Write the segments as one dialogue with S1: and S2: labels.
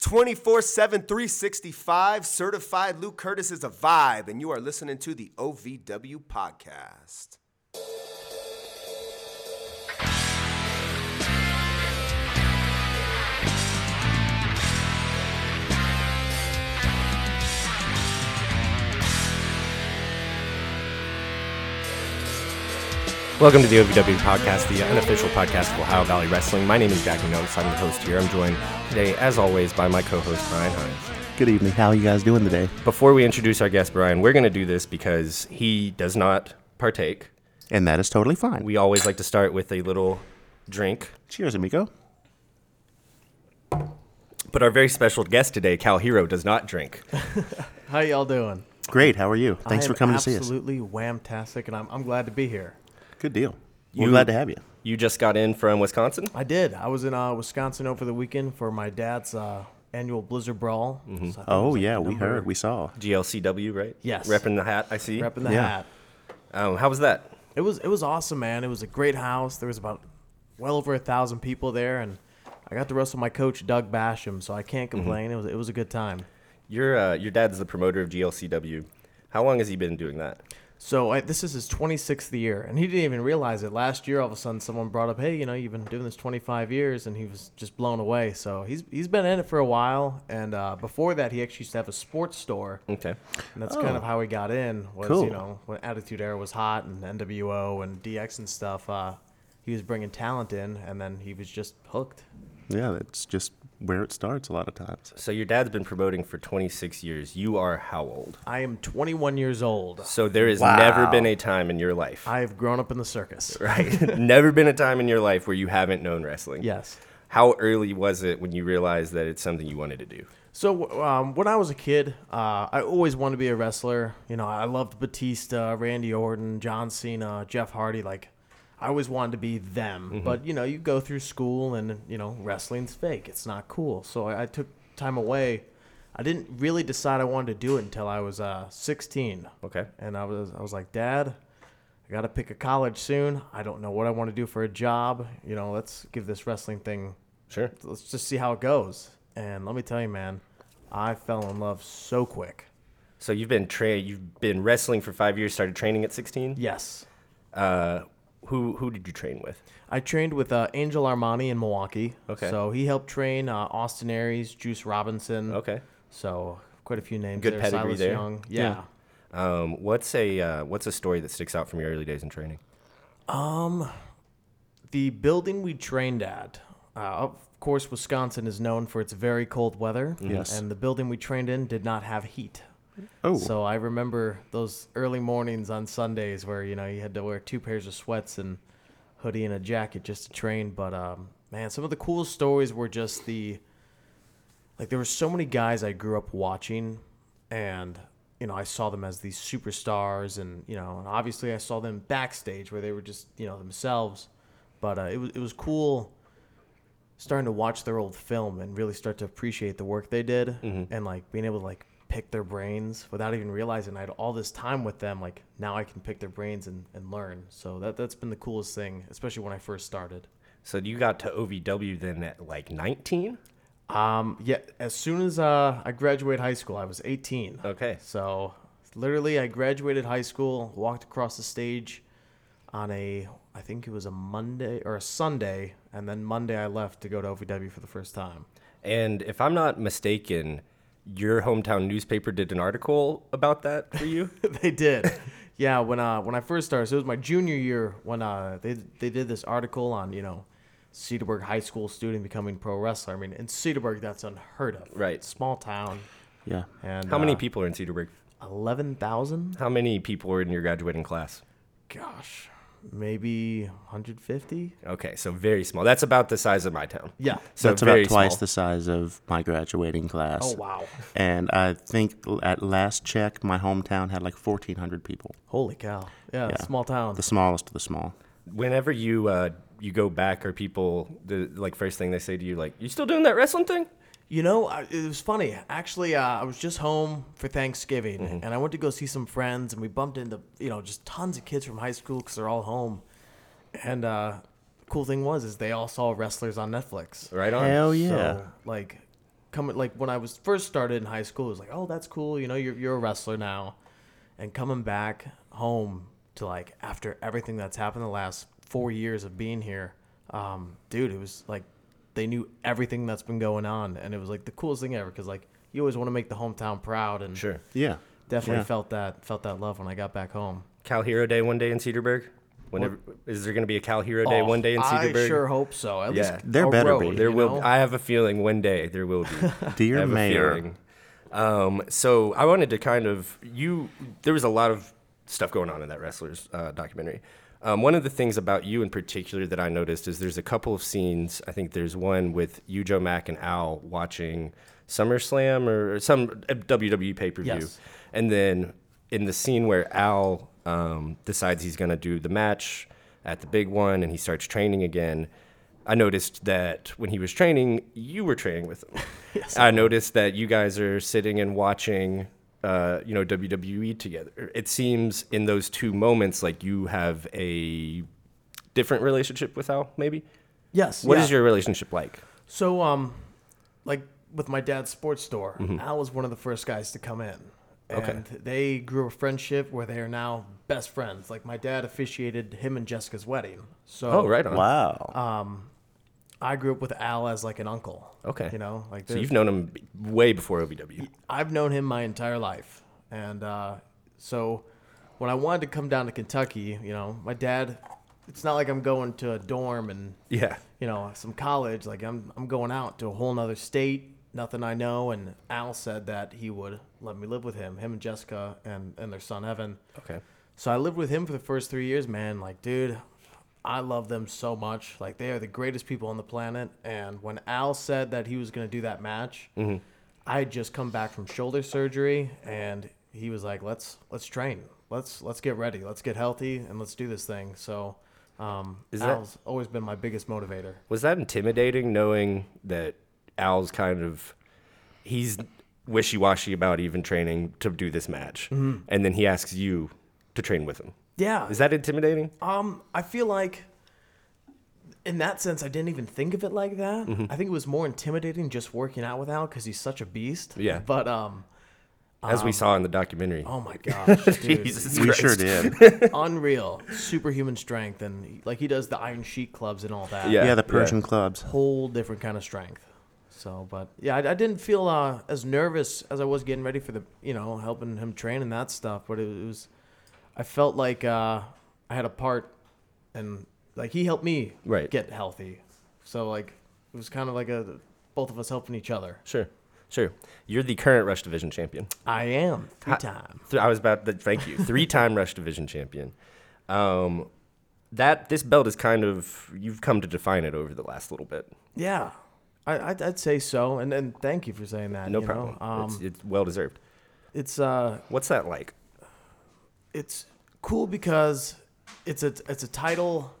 S1: 24 7, 365. Certified Luke Curtis is a vibe, and you are listening to the OVW podcast.
S2: Welcome to the OVW podcast, the unofficial podcast of Ohio Valley Wrestling. My name is Jackie Notes. I'm the host here. I'm joined today, as always, by my co host, Brian Hines.
S3: Good evening. How are you guys doing today?
S2: Before we introduce our guest, Brian, we're going to do this because he does not partake.
S3: And that is totally fine.
S2: We always like to start with a little drink.
S3: Cheers, amigo.
S2: But our very special guest today, Cal Hero, does not drink.
S4: How y'all doing?
S3: Great. How are you? Thanks
S4: I
S3: for
S4: am
S3: coming to see us.
S4: Absolutely whamtastic, and I'm, I'm glad to be here.
S3: Good deal.
S2: You-
S3: We're glad to have you.
S2: You just got in from Wisconsin?
S4: I did. I was in uh, Wisconsin over the weekend for my dad's uh, annual Blizzard Brawl. So I think it
S3: Oh
S4: was, like,
S3: yeah, we
S4: number-
S3: heard, we saw.
S2: GLCW, right?
S4: Yes.
S2: Repping the hat, I see.
S4: Repping the
S3: Yeah.
S4: hat.
S2: um, how was that?
S4: It was it was awesome, man. It was a great house. There was about well over a thousand people there, and I got to wrestle my coach Doug Basham, so I
S3: Mm-hmm.
S4: can't complain. It was it was a good time.
S2: Your, uh, your dad's the promoter of GLCW. How long has he been doing that?
S4: So I, this is his 26th year, and he didn't even realize it. Last year, all of a sudden, someone brought up, "Hey, you know, you've been doing this 25 years," and he was just blown away. So he's he's been in it for a while, and uh, before that, he actually used to have a sports store, and
S2: Okay.
S4: that's kind of how he got in. Was
S3: Cool.
S4: you know when Attitude Era was hot and NWO and DX and stuff, uh, he was bringing talent in, and then he was just hooked.
S3: Yeah, that's just where it starts a lot of times.
S2: So your dad's been promoting for 26 years. You are how old?
S4: I am 21 years old.
S2: So there has never been a time in your life,
S4: I have grown up in the circus.
S2: right? never been a time in your life where you haven't known wrestling.
S4: Yes.
S2: How early was it when you realized that it's something you wanted to do?
S4: So um, when I was a kid, uh, I always wanted to be a wrestler. You know, I loved Batista, Randy Orton, John Cena, Jeff Hardy. Like, I always wanted to be them. But you know, you go through school, and you know, wrestling's fake. It's not cool. So I, I took time away. I didn't really decide I wanted to do it until I was uh, 16.
S2: Okay.
S4: And I was, I was like, Dad, I got to pick a college soon. I don't know what I want to do for a job. You know, let's give this wrestling thing
S2: Sure.
S4: let's just see how it goes. And let me tell you, man, I fell in love so quick.
S2: So you've been tra- you've been wrestling for five years. Started training at 16.
S4: Yes.
S2: Uh, who who did you train with?
S4: I trained with uh, Angel Armani in Milwaukee.
S2: Okay.
S4: So he helped train uh, Austin Aries, Juice Robinson.
S2: Okay.
S4: So quite a few names.
S2: Good
S4: there.
S2: pedigree
S4: Silas
S2: there.
S4: Young. Yeah.
S2: Um, what's a uh, what's a story that sticks out from your early days in training?
S4: The building we trained at, uh, of course, Wisconsin is known for its very cold weather.
S3: Yes.
S4: And the building we trained in did not have heat.
S3: Oh,
S4: So I remember those early mornings on Sundays where you know you had to wear two pairs of sweats and hoodie and a jacket just to train. But um, man, some of the coolest stories were just the like there were so many guys I grew up watching, and you know I saw them as these superstars, and you know and obviously I saw them backstage where they were just you know themselves. But uh, it was it was cool starting to watch their old film and really start to appreciate the work they did and like being able to like pick their brains without even realizing I had all this time with them like now I can pick their brains and, and learn so that that's been the coolest thing especially when I first started
S2: So you got to OVW then at like 19.
S4: um yeah as soon as uh I graduated high school I was 18
S2: Okay.
S4: so literally I graduated high school walked across the stage on a I think it was a Monday or a Sunday and then Monday I left to go to OVW for the first time
S2: And if I'm not mistaken, your hometown newspaper did an article about that for you.
S4: they did. Yeah, when uh when I first started, so it was my junior year when uh they they did this article on you know Cedarburg high school student becoming pro wrestler. I mean, in Cedarburg that's unheard of.
S2: Right.
S4: small town.
S3: yeah.
S4: And uh,
S2: How many people are in Cedarburg?
S4: Eleven thousand.
S2: How many people were in your graduating class?
S4: Gosh, maybe 150.
S2: Okay, so very small. That's about the size of my town.
S4: Yeah.
S2: So
S3: that's about
S2: very
S3: twice
S2: small.
S3: the size of my graduating class.
S4: Oh wow.
S3: And I think l- at last check, my hometown had like 1,400 people.
S4: Holy cow. Yeah, small town.
S3: The smallest of the small.
S2: Whenever you uh, you go back, are people the like first thing they say to you like, "You still doing that wrestling thing?"
S4: You know, I, it was funny. Actually, uh, I was just home for Thanksgiving, and I went to go see some friends, and we bumped into you know just tons of kids from high school because they're all home. And uh, cool thing was is they all saw wrestlers on Netflix.
S2: Right on.
S3: Hell
S4: So,
S3: yeah.
S4: like, coming like when I was first started in high school, it was like, oh, that's cool. You know, you're you're a wrestler now, and coming back home to like after everything that's happened the last four years of being here, um, dude, it was like they knew everything that's been going on, and it was like the coolest thing ever because like you always want to make the hometown proud, and
S2: Sure.
S3: Yeah.
S4: definitely
S3: Yeah.
S4: felt that felt that love when I got back home.
S2: Cal Hero Day one day in Cedarburg? Whenever is there going to be a Cal Hero Day
S4: Oh,
S2: one day in Cedarburg?
S4: I sure hope so. At
S2: Yeah.
S4: least
S3: There
S4: a
S3: better
S4: road,
S3: be.
S4: you
S2: There will.
S4: know?
S2: I have a feeling one day there will be. I
S3: Dear
S2: have a
S3: Mayor.
S2: feeling. Um, so I wanted to kind of you. There was a lot of stuff going on in that wrestlers uh, documentary. Um, one of the things about you in particular that I noticed is there's a couple of scenes. I think there's one with you, Joe Mack, and Al watching SummerSlam or, or some uh, WWE pay per view,
S4: Yes.
S2: and then in the scene where Al um, decides he's going to do the match at the big one and he starts training again, I noticed that when he was training, you were training with him. I noticed that you guys are sitting and watching, uh, you know, WWE together. It seems in those two moments like you have a different relationship with Al. Maybe.
S4: Yes.
S2: What is
S4: yeah.
S2: your relationship like?
S4: So, um, like with my dad's sports store, Al was one of the first guys to come in. And
S2: Mm-hmm. Okay.
S4: they grew a friendship where they are now best friends. Like my dad officiated him and Jessica's wedding. So
S2: Oh, right on.
S3: Wow.
S4: I grew up with Al as like an uncle.
S2: Okay.
S4: You know, like
S2: So
S4: there's-
S2: you've known him b- way before OVW.
S4: I've known him my entire life. And uh, so when I wanted to come down to Kentucky, you know, my dad, it's not like I'm going to a dorm and
S2: Yeah.
S4: you know, some college, like I'm I'm going out to a whole nother state, nothing I know, and Al said that he would let me live with him, him and Jessica and, and their son Evan.
S2: Okay.
S4: So I lived with him for the first three years, man. Like, dude, I love them so much. Like they are the greatest people on the planet. And when Al said that he was gonna do that match,
S2: Mm-hmm.
S4: I had just come back from shoulder surgery and he was like, Let's let's train. Let's let's get ready. Let's get healthy and let's do this thing. So um,
S2: Is that-
S4: Al's always been my biggest motivator.
S2: Was that intimidating knowing that Al's kind of he's wishy washy about even training to do this match,
S4: Mm-hmm.
S2: and then he asks you to train with him?
S4: Yeah.
S2: Is that intimidating?
S4: Um, I feel like in that sense, I didn't even think of it like that.
S2: Mm-hmm.
S4: I think it was more intimidating just working out with Al because he's such a beast.
S2: Yeah.
S4: But um,
S2: As we saw in the documentary.
S4: oh my gosh, dude,
S2: Jesus
S3: we
S2: Christ.
S3: sure did.
S4: unreal, superhuman strength, and he- like he does the Iron Sheik clubs and all that.
S2: Yeah,
S3: yeah, the
S2: yeah.
S3: Persian clubs.
S4: Whole different kind of strength. So, but yeah, I, I didn't feel uh, as nervous as I was getting ready for the, you know, helping him train and that stuff. But it was, I felt like uh, I had a part, and like he helped me
S2: Right.
S4: get healthy. So like it was kind of like a both of us helping each other.
S2: Sure. Sure. You're the current Rush Division champion.
S4: I am three
S2: Ha-
S4: time.
S2: Th- I was about to thank you. Three time Rush Division champion. Um, that this belt is kind of you've come to define it over the last little bit.
S4: Yeah, I I'd, I'd say so. And and thank you for saying that.
S2: No
S4: you know?
S2: problem.
S4: Um,
S2: it's, it's well deserved.
S4: it's uh
S2: What's that like?
S4: it's cool because it's a it's a title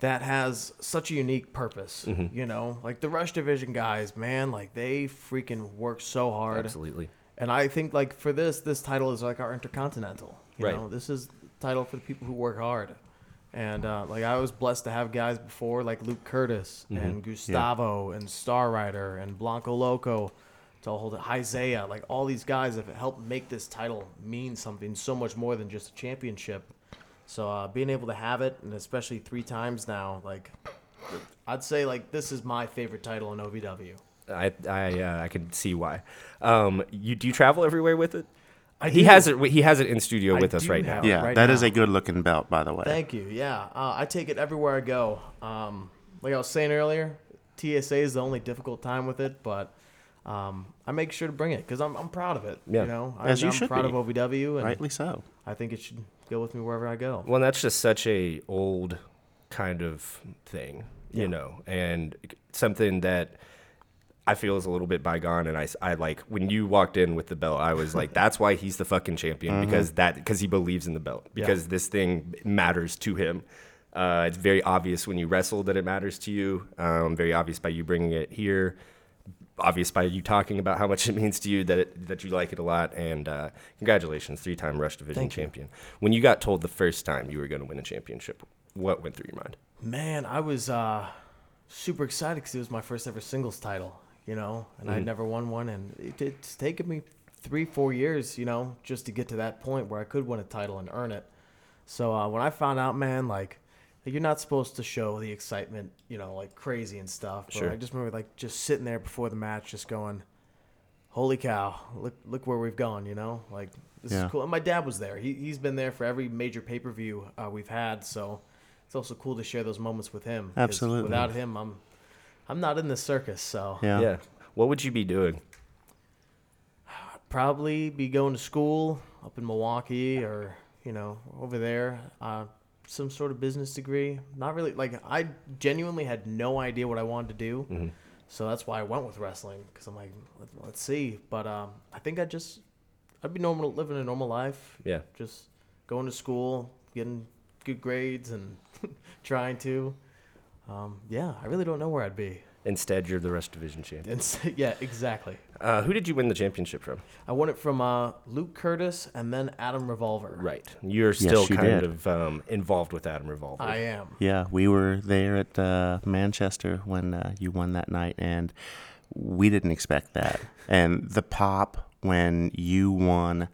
S4: that has such a unique purpose. You know, like the Rush Division guys, man, like they freaking work so hard.
S2: Absolutely.
S4: And I think like for this, this title is like our intercontinental. You
S2: Right.
S4: know, this is the title for the people who work hard. And uh, like I was blessed to have guys before like Luke Curtis and Gustavo and Star Rider and Blanco Loco to hold it Isaiah, like all these guys have helped make this title mean something so much more than just a championship. So uh, being able to have it and especially three times now, like I'd say like this is my favorite title in OVW.
S2: I I uh, I can see why. Um, you do you travel everywhere with it?
S4: I
S2: he
S4: do.
S2: has it. He has it in studio
S4: I
S2: with us
S4: do
S2: right
S4: have
S2: now.
S4: it.
S3: Yeah, that
S4: Oh, Right
S3: is
S4: now.
S3: a good looking belt, by the way.
S4: Thank you. Yeah, uh, I take it everywhere I go. Um, like I was saying earlier, TSA is the only difficult time with it, but um, I make sure to bring it because I'm, I'm proud of it.
S2: Yeah.
S4: You know,
S3: As
S4: I,
S3: you
S4: I'm
S3: should
S4: proud
S3: be.
S4: of OVW, and
S3: Rightly so.
S4: I think it should go with me wherever I go.
S2: Well, that's just such a old kind of thing, you know, and something that I feel is a little bit bygone. And I, s- I, like when you walked in with the belt, I was like, that's why he's the fucking champion because that because he believes in the belt because this thing matters to him. Uh, it's very obvious when you wrestle that it matters to you. Um, very obvious by you bringing it here. Obvious by you talking about how much it means to you that it, that you like it a lot. And uh, congratulations, three time Rush Division champion. When you got told the first time you were going to win a championship, what went through your mind?
S4: Man, I was uh, super excited because it was my first ever singles title. you know, and I'd never won one, and it, it's taken me three, four years, you know, just to get to that point where I could win a title and earn it. So uh, when I found out, man, like you're not supposed to show the excitement, you know, like crazy and stuff. But
S2: Sure.
S4: I just remember like just sitting there before the match, just going, "Holy cow! Look, look where we've gone!" You know, like this
S3: Yeah.
S4: is cool. And my dad was there. He he's been there for every major pay per view uh, we've had. So it's also cool to share those moments with him. 'cause
S3: Absolutely.
S4: Without him, I'm I'm not in the circus. So
S3: Yeah.
S2: yeah. What would you be doing?
S4: probably be going to school up in Milwaukee or you know over there. Uh, some sort of business degree. Not really. Like I genuinely had no idea what I wanted to do, so that's why I went with wrestling because I'm like, Let, let's see. But um, I think I just I'd be normal living a normal life.
S2: Yeah.
S4: just going to school, getting good grades, and trying to. Um, yeah, I really don't know where I'd be.
S2: Instead, you're the rest division champion.
S4: And so, yeah, exactly.
S2: Uh, who did you win the championship from?
S4: I won it from uh, Luke Curtis and then Adam Revolver.
S2: Right. You're still
S3: you
S2: kind
S3: did.
S2: of um, involved with Adam Revolver.
S4: I am.
S3: Yeah, we were there at uh, Manchester when uh, you won that night, and we didn't expect that. and the pop when you won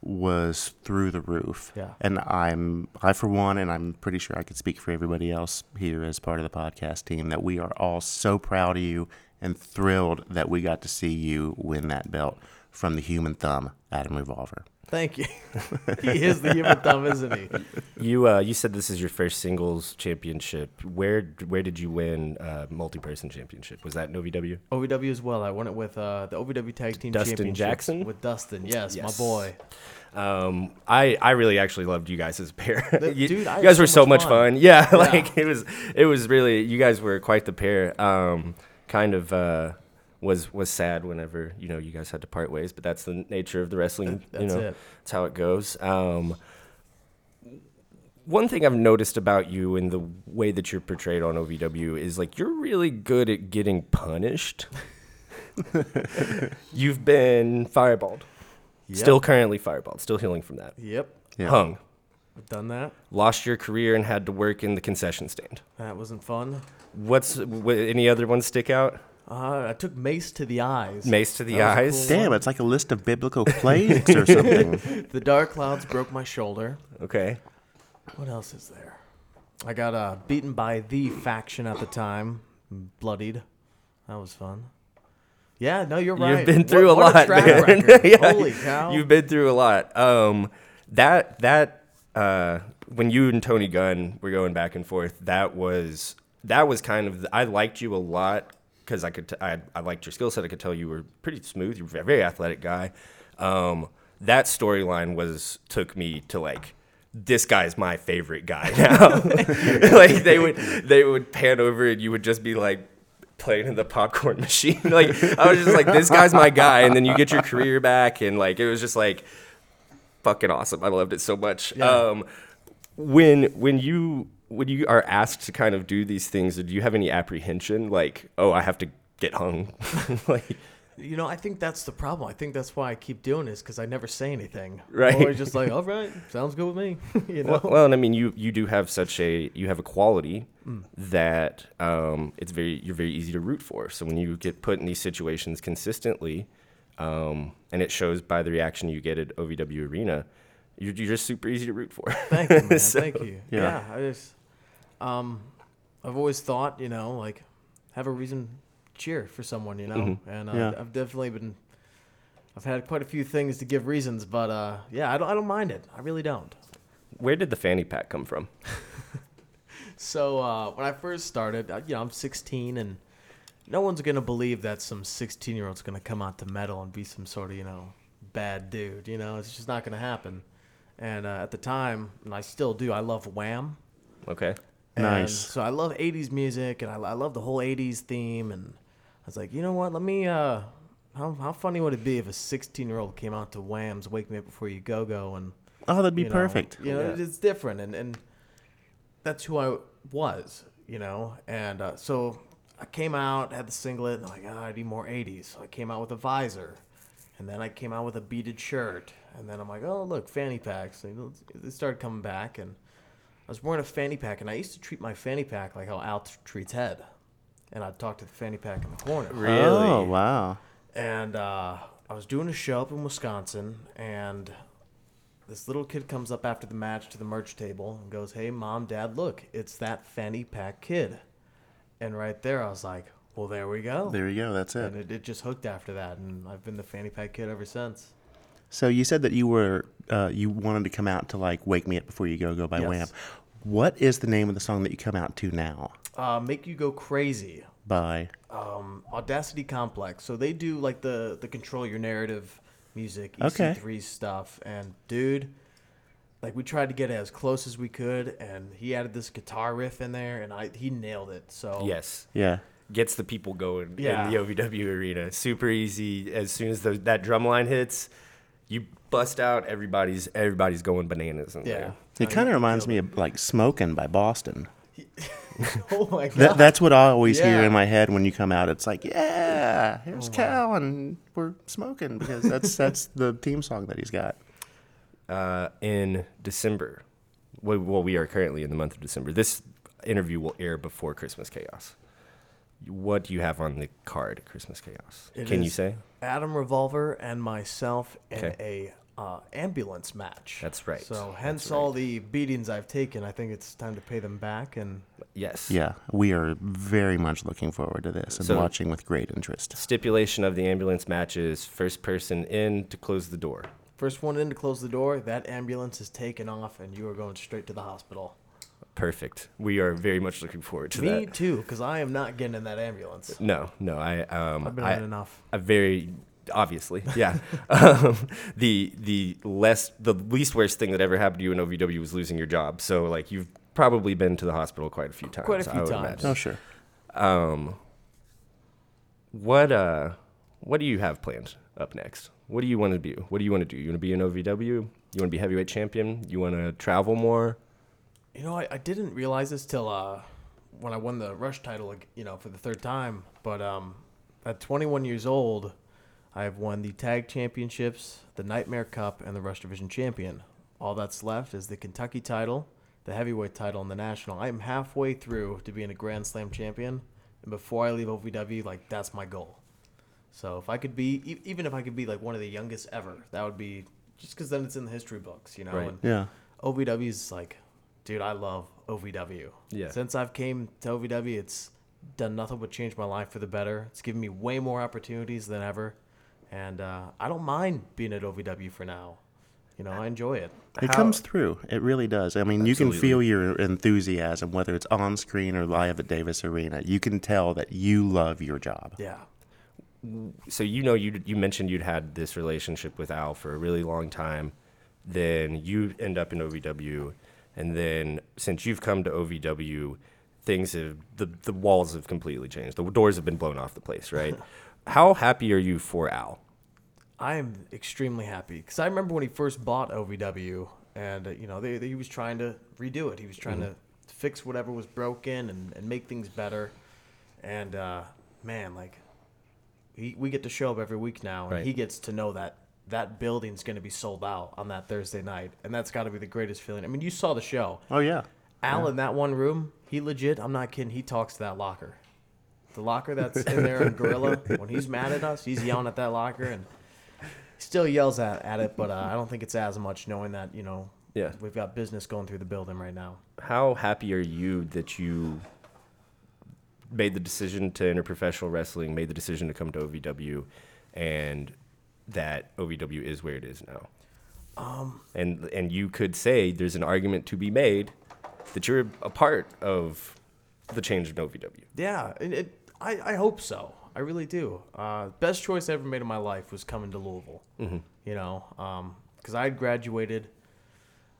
S3: was through the roof.
S4: Yeah.
S3: And I'm, I for one, and I'm pretty sure I could speak for everybody else here as part of the podcast team that we are all so proud of you and thrilled that we got to see you win that belt from the human thumb, Adam Revolver.
S4: Thank you. he is the human thumb, isn't he?
S2: You uh, you said this is your first singles championship. Where where did you win uh, multi person championship? Was that in OVW?
S4: OVW as well. I won it with uh, the OVW Tag Team
S2: Dustin
S4: Championships
S2: Jackson?
S4: with Dustin. Yes,
S2: Yes.
S4: my boy.
S2: Um, I I really actually loved you guys as a pair. you,
S4: dude, I
S2: you
S4: had
S2: guys
S4: so
S2: were so
S4: much
S2: much
S4: fun.
S2: fun. Yeah, like it was it was really you guys were quite the pair. Um, kind of uh, was was sad whenever you know you guys had to part ways, but that's the nature of the wrestling.
S4: That-
S2: you
S4: that's
S2: know,
S4: it.
S2: that's how it goes. Um, one thing I've noticed about you and the way that you're portrayed on OVW is like you're really good at getting punished. You've been fireballed. Still currently fireballed, still healing from that.
S4: Yep,
S3: Yeah.
S2: Hung,
S4: I've done that.
S2: lost your career and had to work in the concession stand.
S4: That wasn't fun.
S2: What's w- any other ones stick out?
S4: Uh, I took Mace to the eyes.
S2: Mace to the
S4: That was a
S2: eyes.
S3: Damn, it's like a list of biblical plagues or something.
S4: The dark clouds broke my shoulder.
S2: Okay.
S4: What else is there? I got uh, beaten by the faction at the time, bloodied. That was fun. Yeah, no, you're right.
S2: You've been through
S4: What- what
S2: a lot,
S4: track
S2: man.
S4: record.
S2: Yeah,
S4: Holy cow!
S2: You've been through a lot. Um, that that uh, when you and Tony Gunn were going back and forth, that was that was kind of I liked you a lot because I could t- I, I liked your skill set. I could tell you were pretty smooth. You were a very athletic guy. Um, that storyline was took me to like this guy's my favorite guy now. like they would they would pan over and you would just be like playing in the popcorn machine. like I was just like, this guy's my guy, and then you get your career back, and like it was just like fucking awesome. I loved it so much. Um, when when you when you are asked to kind of do these things, do you have any apprehension? Like, oh, I have to get hung. like,
S4: You know, I think that's the problem. I think that's why I keep doing this because I never say anything.
S2: Right.
S4: I'm always just like, all right, sounds good with me. you know.
S2: well, well, and I mean, you you do have such a you have a quality that um, it's very you're very easy to root for. So when you get put in these situations consistently, um, and it shows by the reaction you get at OVW Arena, you're, you're just super easy to root for.
S4: Thank you, man. Thank you.
S3: yeah.
S4: Yeah. I just, um, I've always thought, you know, like, have a reason to cheer for someone, you know, and uh,
S3: Mm-hmm. Yeah.
S4: I've definitely been, I've had quite a few things to give reasons, but uh, yeah, I don't, I don't mind it. I really don't.
S2: Where did the fanny pack come from?
S4: So uh, when I first started, uh, you know, I'm 16, and no one's gonna believe that some 16 year old's gonna come out to metal and be some sort of you know bad dude. You know, it's just not gonna happen. And uh, at the time, and I still do, I love Wham.
S2: Okay.
S4: And
S3: Nice.
S4: So I love 80s music, and I, I love the whole 80s theme. And I was like, you know what? Let me. Uh, how how funny would it be if a 16 year old came out to Wham's "Wake Me Up Before You Go Go" and
S3: Oh, that'd be
S4: you know?
S3: perfect.
S4: You know,
S2: Yeah.
S4: it- it's different, and and that's who I was, you know. And uh, so I came out, had the singlet, and I'm like, oh, I need more '80s. So I came out with a visor, and then I came out with a beaded shirt, and then I'm like, oh look, fanny packs. And it started coming back, and I was wearing a fanny pack, and I used to treat my fanny pack like how Al t- treats head. and I'd talk to the fanny pack in the corner.
S3: Oh wow.
S4: And uh, I was doing a show up in Wisconsin, and this little kid comes up after the match to the merch table and goes, "Hey, mom, dad, look, it's that fanny pack kid." And right there, I was like, "Well, there we go."
S3: There you go. That's
S4: and
S3: it.
S4: it, it just hooked after that, and I've been the fanny pack kid ever since.
S3: So you said that you were uh, you wanted to come out to like "Wake Me Up Before You Go Go" by
S4: Yes.
S3: Wham. What is the name of the song that you come out to now?
S4: Uh, Make you go crazy.
S3: By
S4: um, Audacity Complex. So they do like the the control your narrative music,
S3: Okay.
S4: EC3 stuff. And dude, like we tried to get it as close as we could, and he added this guitar riff in there, and I he nailed it. So
S2: Yes.
S3: yeah.
S2: Gets the people going
S4: Yeah.
S2: in the OVW arena. Super easy. As soon as the, that drum line hits, you bust out. Everybody's everybody's going bananas in
S4: yeah.
S2: there.
S3: It kind of reminds me of like "Smoking" by Boston.
S4: oh my god.
S3: That, that's what I always hear
S4: Yeah.
S3: in my head when you come out. It's like, yeah, here's Cal, and we're smoking because that's that's the theme song that he's got.
S2: uh, in December. Well, well, we are currently in the month of December. This interview will air before Christmas Chaos. What do you have on the card at Christmas Chaos?
S4: It
S2: Can you
S4: is
S2: say?
S4: Adam Revolver and myself in
S2: Okay.
S4: a uh, ambulance match.
S2: That's right.
S4: So hence all the beatings I've taken. I think it's time to pay them back and
S2: Yes.
S3: Yeah, we are very much looking forward to this and
S2: So-
S3: watching with great interest.
S2: Stipulation of the ambulance match is first person in to close the door.
S4: First one in to close the door, that ambulance is taken off, and you are going straight to the hospital.
S2: Perfect. We are very much looking forward to
S4: Me
S2: that.
S4: too, because I am not getting in that ambulance.
S2: No, no, I um
S4: I've been
S2: I,
S4: on enough.
S2: a very obviously yeah um, the the less the least worst thing that ever happened to you in ovw was losing your job so like you've probably been to the hospital quite a few times
S4: Quite a few
S2: I would
S4: times.
S2: imagine.
S3: Oh sure.
S2: what uh what do you have planned up next what do you want to do what do you want to do you want to be an ovw you want to be heavyweight champion you want to travel more
S4: You know, I, I didn't realize this till uh, when I won the Rush title, like, you know, for the third time. But um, at 21 years old, I have won the Tag Championships, the Nightmare Cup, and the Rush Division Champion. All that's left is the Kentucky title, the Heavyweight title, and the National. I am halfway through to being a Grand Slam champion. And before I leave OVW, like, that's my goal. So if I could be, e- even if I could be like one of the youngest ever, that would be just because then it's in the history books, you know?
S2: Right.
S4: and-
S3: Yeah.
S4: OVW is like, dude, I love OVW.
S2: Yeah.
S4: Since I've came to OVW, it's done nothing but change my life for the better. It's given me way more opportunities than ever, and uh, I don't mind being at OVW for now. You know, I enjoy it.
S3: It
S2: How-
S3: comes through. It really does. I mean, you can
S2: Absolutely.
S3: feel your enthusiasm, whether it's on screen or live at Davis Arena. You can tell that you love your job.
S4: Yeah.
S2: so you know you you mentioned you'd had this relationship with Al for a really long time. Then you end up in OVW, and then since you've come to OVW, things have the the walls have completely changed. The doors have been blown off the place, right? How happy are you for Al?
S4: I am extremely happy because I remember when he first bought OVW, and uh, you know they, they- he was trying to redo it. He was trying to fix whatever was broken and, and make things better. And uh, man, like he, we get to show up every week now, and
S2: Right.
S4: he gets to know that that building's going to be sold out on that Thursday night, and that's got to be the greatest feeling. I mean, you saw the show.
S3: Oh yeah.
S4: Al in that one room, he legit, I'm not kidding, he talks to that locker. The locker that's in there in Gorilla, when he's mad at us, he's yelling at that locker and he still yells at, at it, but uh, I don't think it's as much knowing that, you know,
S2: Yeah.
S4: we've got business going through the building right now.
S2: How happy are you that you made the decision to enter professional wrestling, made the decision to come to OVW, and that OVW is where it is now? and and you could say there's an argument to be made that you're a part of the change in OVW.
S4: Yeah, it, it, I, I hope so. I really do. Uh, best choice I ever made in my life was coming to Louisville. Mm-hmm. You know, because I had graduated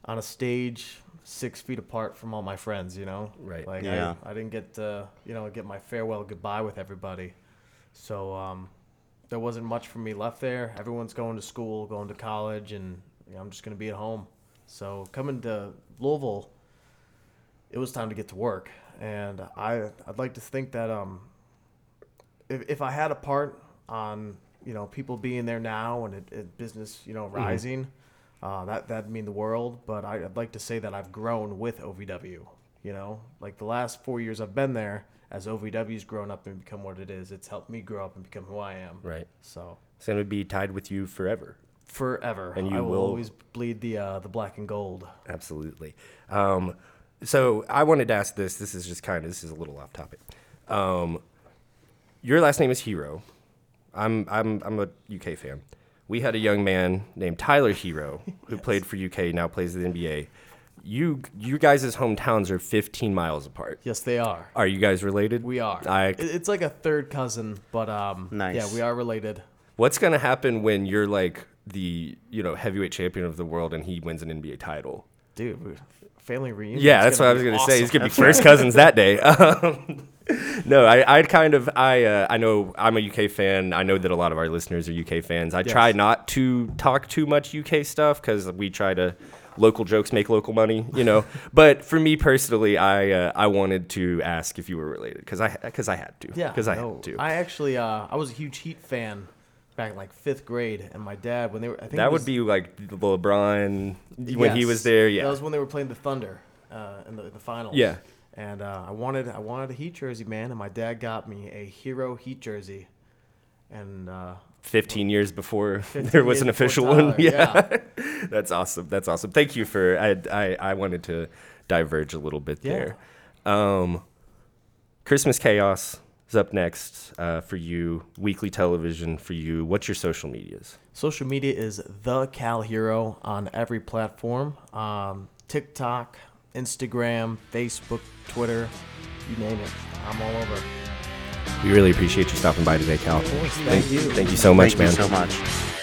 S4: on a stage six feet apart from all my friends. You know,
S2: Right.
S4: Like
S3: Yeah.
S4: I, I didn't get to you know get my farewell goodbye with everybody, so um, there wasn't much for me left there. Everyone's going to school, going to college, and you know, I'm just gonna be at home. So coming to Louisville it was time to get to work. And I, I'd like to think that um, if, if I had a part on, you know, people being there now and it, it business, you know,
S2: Mm-hmm.
S4: rising, uh, that, that'd mean the world. But I, I'd like to say that I've grown with OVW. You know, like the last four years I've been there, as OVW's grown up and become what it is, it's helped me grow up and become who I am.
S2: Right.
S4: So
S2: It's going to be tied with you forever.
S4: forever,
S2: And
S4: I
S2: you
S4: will,
S2: will-
S4: always bleed the uh, the black and gold.
S2: Absolutely. Um, so I wanted to ask this. This is just kind of this is a little off topic. Um, your last name is Hero. I'm I'm I'm a UK fan. We had a young man named Tyler Hero who played for UK, now plays in the NBA. You you guys' hometowns are 15 miles apart.
S4: Yes, they are.
S2: Are you guys related?
S4: We are.
S2: I,
S4: It- it's like a third cousin, but um,
S3: Nice.
S4: yeah, we are related.
S2: what's gonna happen when you're like the you know heavyweight champion of the world and he wins an NBA title?
S4: Dude, we- family reunion.
S2: Yeah, that's what I was gonna say. He's gonna be first cousins that day. Um, no, I, I kind of I uh, I know I'm a UK fan. I know that a lot of our listeners are UK fans. I try not to talk too much UK stuff because we try to local jokes make local money, you know. but for me personally, I uh, I wanted to ask if you were related because I because I had to
S4: Yeah,
S2: because I
S4: no,
S2: had to.
S4: I actually, uh, I was a huge Heat fan back in like fifth grade, and my dad when they were, I think it
S2: that
S4: was-
S2: would be like the LeBron when he
S4: Yes.
S2: was there. Yeah,
S4: that was when they were playing the Thunder uh, in the, the finals.
S2: Yeah.
S4: and uh, I wanted I wanted a Heat jersey, man, and my dad got me a Hero Heat jersey, and uh,
S2: 15 years before
S4: 15
S2: there was
S4: years
S2: an
S4: before
S2: official one.
S4: Tyler,
S2: Yeah. That's awesome. That's awesome. Thank you for I I, I wanted to diverge a little bit
S4: Yeah.
S2: there. Um Christmas Chaos is up next uh, for you. Weekly television for you. What's your social medias?
S4: Social media is the Cal Hero on every platform: um, TikTok, Instagram, Facebook, Twitter, you name it. I'm all over.
S2: We really appreciate you stopping by today, Cal.
S4: Of course, thank you.
S2: Thank you so much,
S3: Thank you
S2: man.
S3: so much.